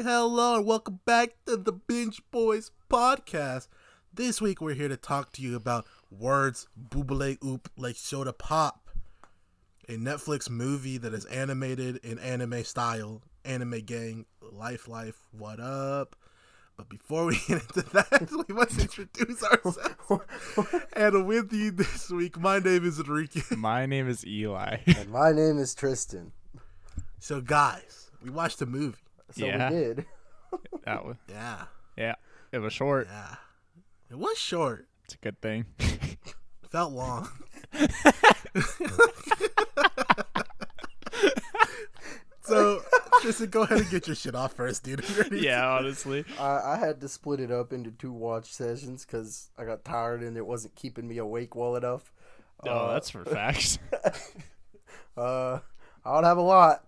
Dollar. Welcome back to the Binge Boys podcast. This week we're here to talk to you about words boobale oop like soda pop, a Netflix movie that is animated in anime style, anime gang, life life, what up? But before we get into that, we must introduce ourselves. and with you this week, my name is Enrique. My name is Eli. And my name is Tristan. So guys, we watched the movie. So Yeah. we did. that was Yeah, yeah. It was short. yeah. It was short. It's a good thing. felt long. so, Tristan, go ahead and get your shit off first, dude. yeah, honestly. I, I had to split it up into two watch sessions because I got tired and it wasn't keeping me awake well enough. Oh, that's for facts. Uh, I don't have a lot.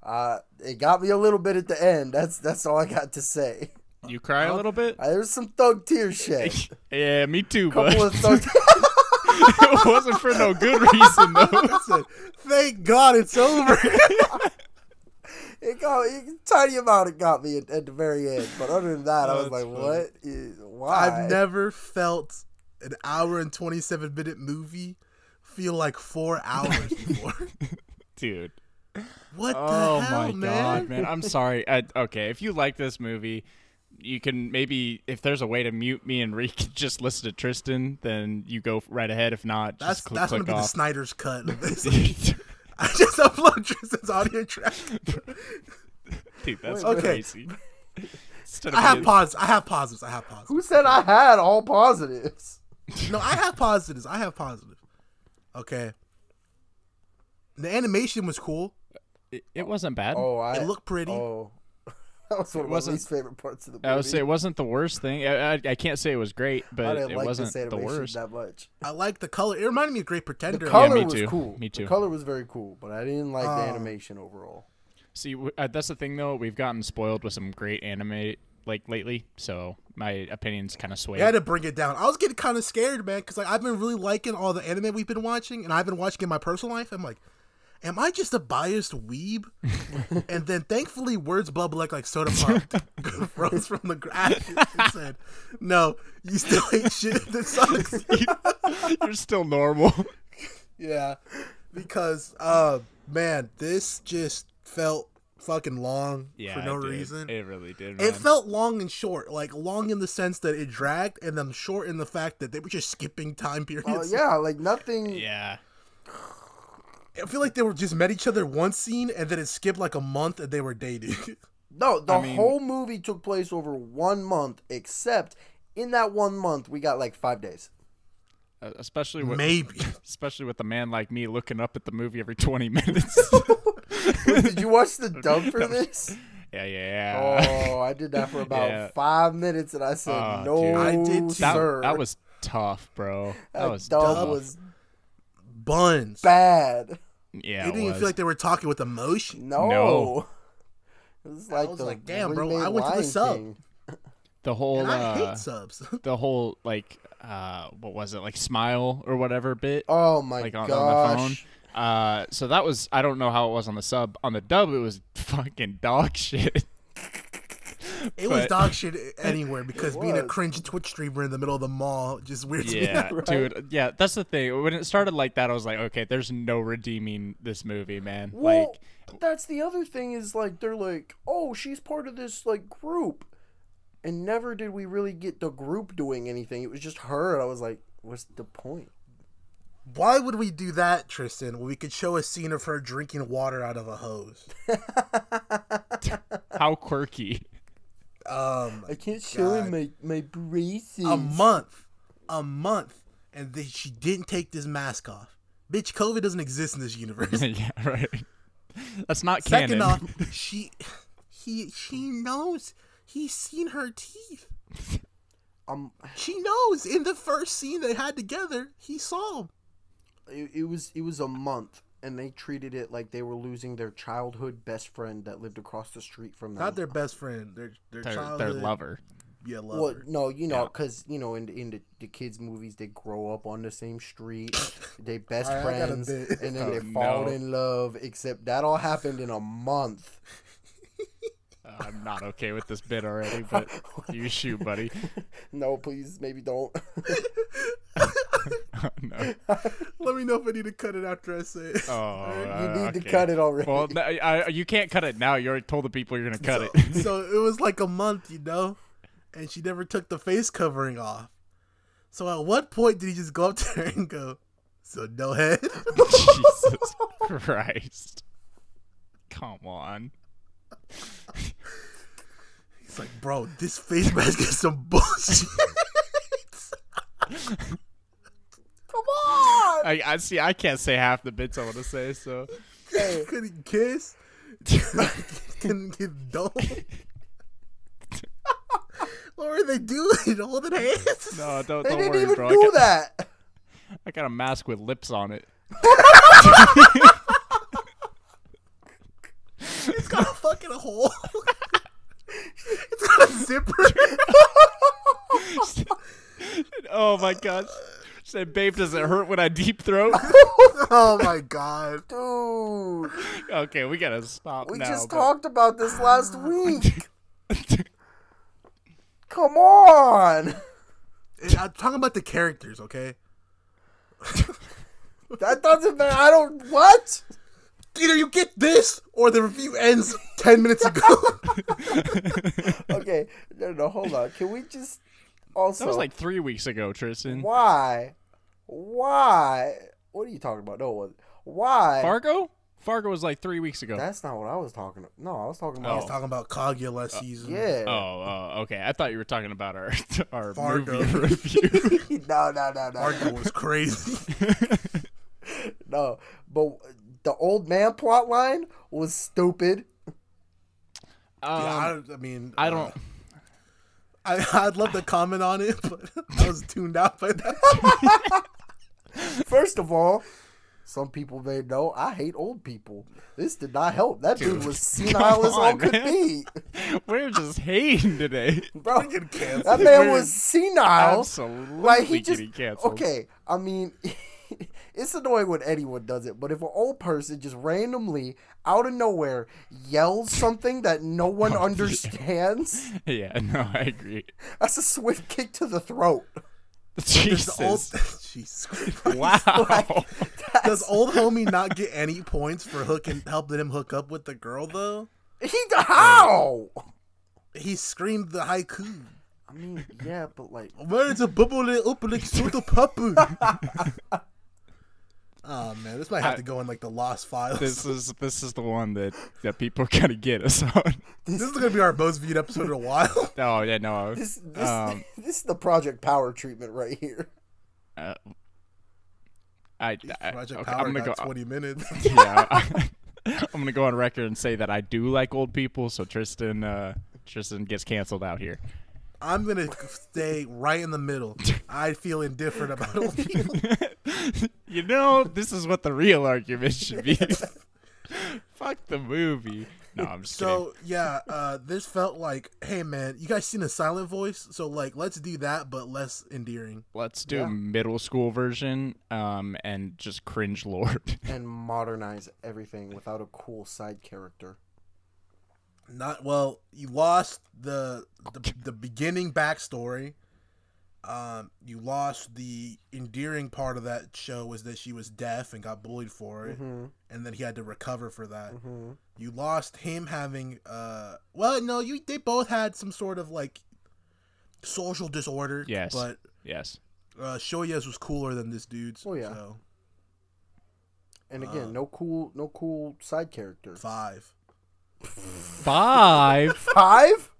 Uh, it got me a little bit at the end. That's that's all I got to say. You cry a little bit? Uh, There's some thug tear shed. Yeah, me too, but Couple of thug. it wasn't for no good reason though. Listen, thank God it's over. it got it, tiny amount. It got me at, at the very end. But other than that, I Oh, was that's like, funny. what? Is, why? I've never felt an hour and 27 minute movie feel like four hours before. Dude. What Oh the hell, my man? god, man. I'm sorry. I, okay, if you like this movie, you can maybe if there's a way to mute me and Reek just listen to Tristan, then you go right ahead. If not, That's, just click, that's going to click be the off. Snyder's cut of this. I just upload Tristan's audio track. Dude, that's Okay. crazy. Instead of I have being- pause. I have positives. I have positives. Who said I had all positives? No, I have positives. I have positives. Okay. The animation was cool. it, it wasn't bad. Oh, I It looked pretty. Oh, that was one of my wasn't- least favorite parts of the movie. I would say it wasn't the worst thing. I, I, I can't say it was great, I but didn't it like wasn't this the animation worst. that much. I like the color. It reminded me of Great Pretender. The color me was too. cool. Me too. Oh. The color was very cool, but I didn't like Um, the animation overall. See, w- uh, that's the thing though. We've gotten spoiled with some great anime like lately, so my opinion's kind of swayed. I had to bring it down. I was getting kind of scared, man, because like I've been really liking all the anime we've been watching, and I've been watching in my personal life. I'm like, am I just a biased weeb? and then thankfully, words bubble like like soda pop rose from the grass and said, "No, you still hate shit. This sucks." You're still normal. Yeah, because uh, man, this just felt fucking long yeah, for no it did. reason. It, It um, really did. man. felt long and short, like long in the sense that it dragged, and then short in the fact that they were just skipping time periods. Oh yeah, like nothing. yeah. I feel like they were just met each other one scene, and then it skipped like a month, and they were dating. No, the I mean- whole movie took place over one month, except in that one month we got like five days. Uh, Especially with Maybe. especially with a man like me looking up at the movie every 20 minutes. Did you watch the dub for this? yeah, yeah, yeah. Oh, I did that for about Yeah. five minutes, and I said Oh, no, dude. I did too. that, sir. that was tough, bro. That, That was dub tough. was Buns. bad. yeah. It didn't it even was. feel like they were talking with emotion. No. No. It was like, was the like, damn, bro, remade I went to the Lion sub. King. the whole And I uh, hate subs. the whole like uh what was it like smile or whatever bit Oh my like on, gosh. on the phone. Uh, so that was I don't know how it was on the sub. On the dub, it was fucking dog shit. It was But- dog shit anywhere because being a was. cringe Twitch streamer in the middle of the mall just weirds me out. Yeah, right? dude. Yeah, that's the thing. When it started like that, I was like, okay, there's no redeeming this movie, man. Well, like, but that's the other thing is like they're like, oh, she's part of this like group, and never did we really get the group doing anything. It was just her, and I was like, what's the point? Why would we do that, Tristan? When we could show a scene of her drinking water out of a hose. how quirky. Um, I can't show him my my braces. a month, a month, and then she didn't take this mask off. Bitch, COVID doesn't exist in this universe. yeah, right. That's not Second canon. off, she, he, she knows. He's seen her teeth. Um, She knows. In the first scene they had together, he saw 'em. it, it was it was a month, and they treated it like they were losing their childhood best friend that lived across the street from them. Not their best friend. Their their their, childhood. their lover. Yeah, lover. Well, no, you know, Yeah. because you know, in in the, the kids' movies, they grow up on the same street, they best All right, I got a friends, bit. and then Oh, they fall no. in love. Except that all happened in a month. Oh I'm not okay with this bit already, but you shoot, buddy. No, please, maybe don't. Oh, no. Let me know if I need to cut it after I say it. Oh, you uh, need to okay. cut it already. Well, no, I, I- you can't cut it now. You already told the people you're gonna cut it. so it was like a month, you know, and she never took the face covering off. So at what point did he just go up to her and go, "So no head"? Jesus Christ! Come on. He's like, "Bro, this face mask is some bullshit." Come on. I, I see. I can't say half the bits I want to say. So couldn't kiss, couldn't get done. what were they doing? Holding hands? no, don't They don't didn't worry, even bro. I do got, that. I got a mask with lips on it. It's got a fucking hole. it's got a zipper. oh my gosh. She said, "Babe, does it hurt when I deep throat?" Oh my god. Dude, okay, we gotta stop we now. just but- talked about this last week. Come on. And I'm talking about the characters, okay? That doesn't matter. I don't. What? Either you get this or the review ends 10 minutes ago. Okay. No, no, hold on. Can we just. Also. that was like three weeks ago, Tristan. Why? Why? What are you talking about? No, what? Why? Fargo? Fargo was like three weeks ago. That's not what I was talking about. No, I was talking I about. was talking about Kaguya last season. Yeah. oh, oh, okay. I thought you were talking about our our Fargo. movie review. no, no, no, no, Argo was crazy. no. But the old man plot line was stupid. Yeah, I, Um, don't- I mean, I uh, don't. I, I'd love to comment on it, but I was tuned out by that. First of all, some people may know I hate old people. This did not help. That dude, was senile as all on, could man. be, We're just hating today. bro. Freaking canceled. That man We're was senile. Absolutely Like he just getting canceled. okay. I mean, it's annoying when anyone does it, but if an old person just randomly out of nowhere yells something that no one understands, Yeah, no, I agree. that's a swift kick to the throat. The old, Jesus. Jesus Christ. Wow. Does old homie not get any points for hooking, helping him hook up with the girl though? He how? He screamed the haiku. I mean, yeah, but like, Where is a bubble opening to the puppy? Oh man, this might have to go in like the lost files. This, This is this is the one that that people kind of get us on. is gonna be our most viewed episode in a while. Oh yeah, no. this this Um, this is the Project Power treatment right here. uh, I, I Project okay, Power I'm gonna got go. 20 minutes. yeah, I, am gonna go on record and say that I do like old people. So Tristan, uh, Tristan gets canceled out here. I'm gonna stay right in the middle. I feel indifferent about old people. you know, this is what the real argument should be. Fuck the movie. No, I'm just So yeah, uh, this felt like, hey man, you guys seen a silent voice, so like let's do that, but less endearing. Let's do Yeah. middle school version, um, and just cringe lord. And modernize everything without a cool side character. Not well. You lost the the, the beginning backstory. Um, you lost the endearing part of that show was that she was deaf and got bullied for it, Mm-hmm. and then he had to recover for that. Mm-hmm. You lost him having uh, well, no, you they both had some sort of like social disorder. Yes. but yes. uh, Shoya's was cooler than this dude's. Oh, yeah. so And again, Uh, no cool, no cool side character. five. Five. Five.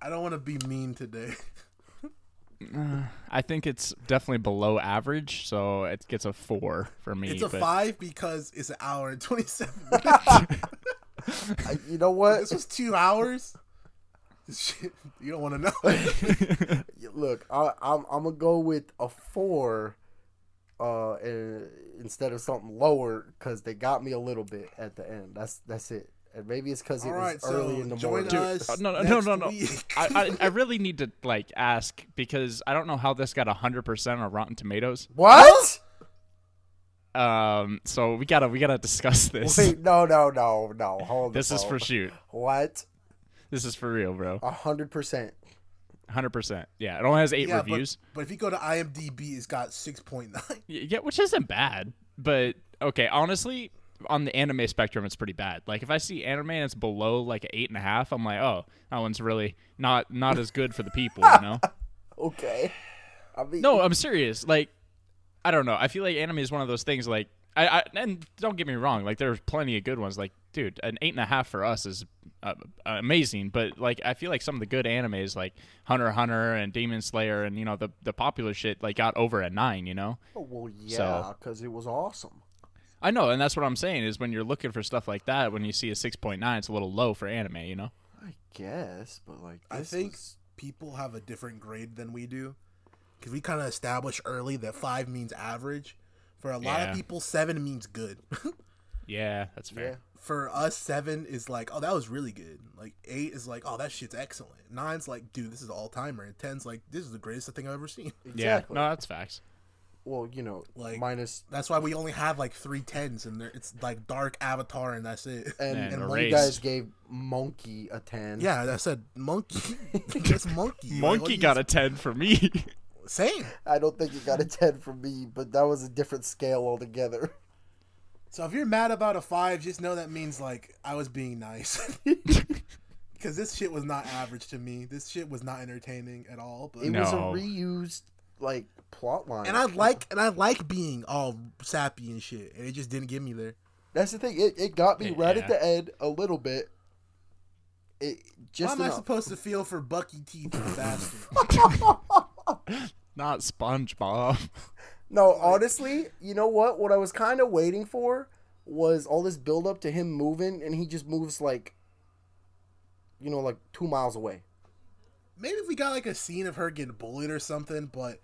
I don't want to be mean today. I think it's definitely below average, so it gets a four for me. It's a but five because it's an hour and twenty seven minutes. I, you know what? this was two hours. Shit, you don't want to know. Look, I, I'm I'm gonna go with a four, uh, and, instead of something lower because they got me a little bit at the end. That's that's it. And maybe it's because it All was right, early so in the join morning. us. Uh, no, no, no, next no, no. week. I, I, I really need to like ask because I don't know how this got hundred percent on Rotten Tomatoes. What? Um, so we gotta we gotta discuss this. Wait, no, no, no, no. Hold. the this is Oh. phone. for shoot. What? This is for real, bro. A hundred percent. Hundred percent. Yeah, it only has eight Yeah, reviews. But, but if you go to IMDb, it's got six point nine. Y- Yeah, which isn't bad, but okay, honestly, on the anime spectrum, it's pretty bad. Like if I see anime and it's below like an eight and a half, I'm like, oh, that one's really not not as good for the people, you know? Okay. I mean, No, I'm serious. Like, I don't know. I feel like anime is one of those things. Like, I, I and don't get me wrong. Like, there's plenty of good ones. Like, dude, an eight and a half for us is uh, amazing. But like, I feel like some of the good animes, like Hunter x Hunter and Demon Slayer, and you know the the popular shit, like got over a nine. You know. Oh, well, yeah, because it was awesome. I know, and that's what I'm saying is when you're looking for stuff like that, when you see a six point nine, it's a little low for anime. You know. I guess, but like, I this think was- people have a different grade than we do because we kind of established early that five means average. For a lot Yeah. of people, seven means good. Yeah, that's fair. yeah. For us, seven is like, oh, that was really good. Like eight is like, oh, that shit's excellent. Nine's like, dude, this is all timer. And ten's like, this is the greatest thing I've ever seen. Exactly. Yeah, no, that's facts. Well, you know, Like- minus That's why we only have like three tens, and they're- it's like dark Avatar, and that's it. and, And and a one race. guys gave Monkey a ten. yeah, I said monkey. That's monkey. Monkey got a ten for me. a same. I don't think it got a ten from me, but that was a different scale altogether. So if you're mad about a five, just know that means like I was being nice. Because this shit was not average to me. This shit was not entertaining at all. But It was a No. reused like plot line. and I like and I like being all sappy and shit, and it just didn't get me there. That's the thing. It, it got me Yeah. right at the end a little bit. It Why just am I enough. supposed to feel for Bucky T bastard? Not SpongeBob. no, honestly, you know what? What I was kind of waiting for was all this build up to him moving, and he just moves like, you know, like two miles away. Maybe if we got like a scene of her getting bullied or something, but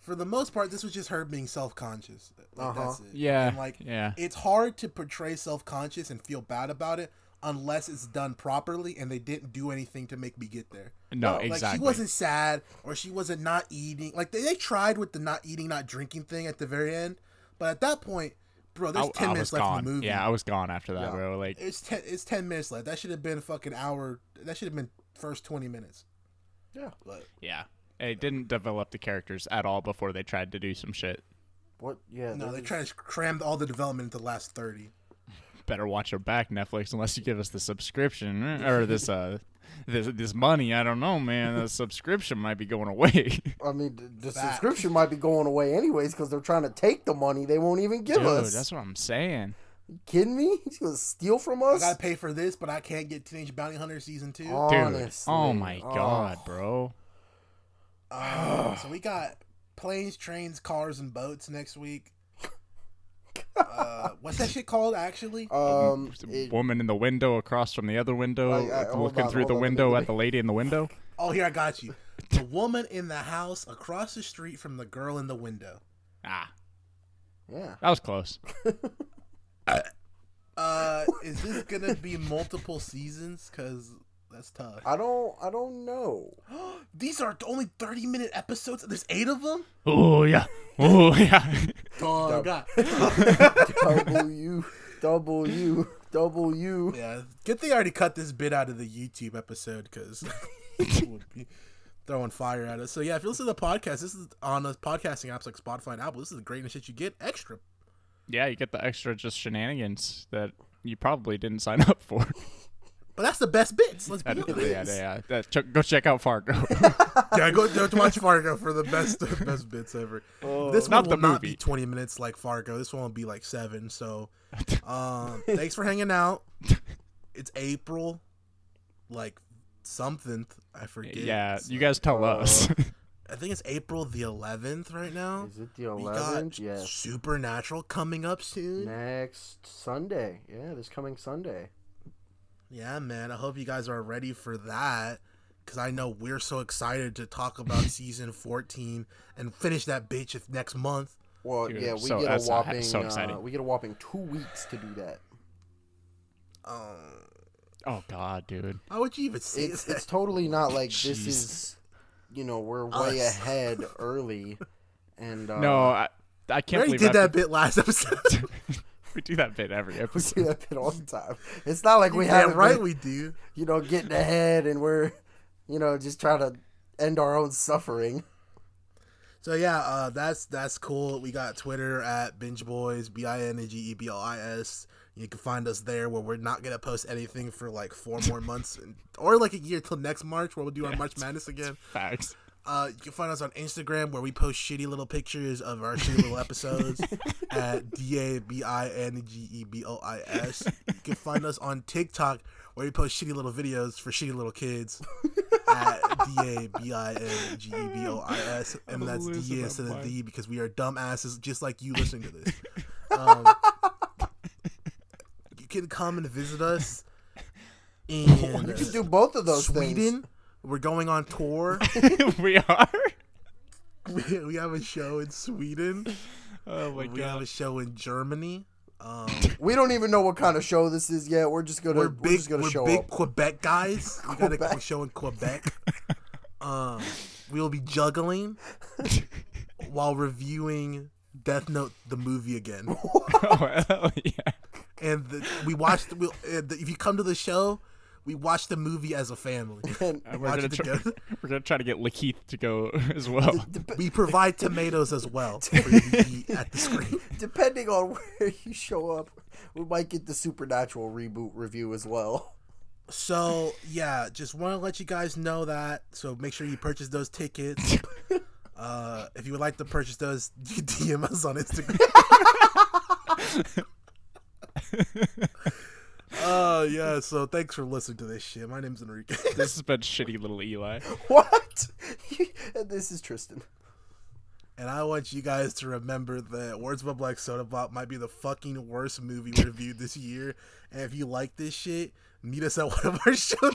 for the most part, this was just her being self conscious. Like, Uh-huh. That's it. Yeah, And, like yeah. it's hard to portray self conscious and feel bad about it unless it's done properly, and they didn't do anything to make me get there. No, Like exactly. she wasn't sad or she wasn't not eating. Like they, they tried with the not eating, not drinking thing at the very end, but at that point, bro, there's I- ten I minutes was left gone. in the movie. Yeah, I was gone after that, Yeah. bro. Like, it's ten. It's ten minutes left. That should have been fucking hour. That should have been first twenty minutes. Yeah. But yeah, it didn't develop the characters at all before they tried to do some shit. What? Yeah. no, there they was- tried to cram all the development into the last thirty. Better watch your back, Netflix, unless you give us the subscription eh, or this uh, this this money. I don't know, man. The subscription might be going away. I mean, th- the Fact. subscription might be going away anyways because they're trying to take the money. They won't even give Dude, us. that's what I'm saying. Kidding me? He's gonna steal from I us? gotta pay for this, but I can't get Teenage Bounty Hunter season two. Dude, Honestly. oh my Oh. god, bro. Um, so we got planes, trains, cars, and boats next week. uh, what's that shit called? Actually, Um, it- Woman in the window across from the other window, I- oh I- like, hold looking on, through hold the on, let me- window let at the lady in the window. Oh, here I got you. The woman in the house across the street from the girl in the window. Ah, yeah. that was close. Uh, is this gonna be multiple seasons? Cause that's tough. I don't. I don't know. These are only thirty-minute episodes. There's eight of them. Oh Oh yeah, oh yeah. Dog. W W W. yeah. Good thing I already cut this bit out of the YouTube episode because would be throwing fire at us. So yeah, if you listen to the podcast, this is on the podcasting apps like Spotify and Apple. This is the greatness shit you get extra. Yeah, you get the extra just shenanigans that you probably didn't sign up for. But that's the best bits. Let's be That, honest. yeah, yeah, yeah. Ch- go check out Fargo. yeah, go to watch Fargo for the best best bits ever. this one Not will the not be movie. 20 minutes like Fargo. This one will be like seven. So, um, thanks for hanging out. It's April, like something. I forget. yeah, you guys tell us. Oh. I think it's April the 11th right now. Is it the We eleventh? got Yes. Supernatural coming up soon. Next Sunday. Yeah, this coming Sunday. Yeah, man. I hope you guys are ready for that. Because I know we're so excited to talk about season 14 and finish that bitch if next month. Well, Dude, yeah, we so- get a that's, uh, whopping. so Uh, exciting. we get a whopping two weeks to do that. Um, oh God, dude. How would you even say It's that? it's totally not like Jeez. this is. You know, we're way Us. ahead early, and uh, No, I, I We can't already believe did I that have to- bit last episode. we do that bit every We episode. do that bit all the time. It's not like we Damn have right we do. you know, getting ahead and we're, you know, just trying to end our own suffering. So yeah, uh, that's that's cool. We got Twitter at binge boys b i n g e b l i s. You can find us there, where we're not gonna post anything for like four more months, and, or like a year till next March, where we'll do our March Madness again. Facts. Uh, you can find us on Instagram, where we post shitty little pictures of our shitty little episodes at d a b i n g e b o i s. You can find us on TikTok, where we post shitty little videos for shitty little kids at d a b i n g e b o i s, and that's Listen d up, instead of Mike. d because we are dumbasses just like you listening to this. Um, you can come and visit us. And You can do both of those Sweden. things. We're going on tour. we are. we, we have a show in Sweden. Oh my we have god. a show in Germany. Um, We don't even know what kind of show this is yet. We're just gonna we're we're, big. just gonna we're show big up. Quebec guys. We got a Quebec. qu- show in Quebec. um, we'll be juggling while reviewing Death Note the movie again. oh hell yeah. And the, we watched. We'll, and the, if you come to the show, we watch the movie as a family. And And we're Watch gonna it try. together. We're gonna try to get Lakeith to go as well. dep- We provide tomatoes as well for you to eat at the screen. depending on where you show up, we might get the supernatural reboot review as well. So yeah, just want to let you guys know that. So make sure you purchase those tickets. Uh, if you would like to purchase those, you DM us on Instagram. Oh yeah. So thanks for listening to this shit. My name's Enrique. this has been shitty little Eli. What? and this is Tristan. And I want you guys to remember that Words of a Black Soda Pop might be the fucking worst movie reviewed this year. And if you like this shit, meet us at one of our shows.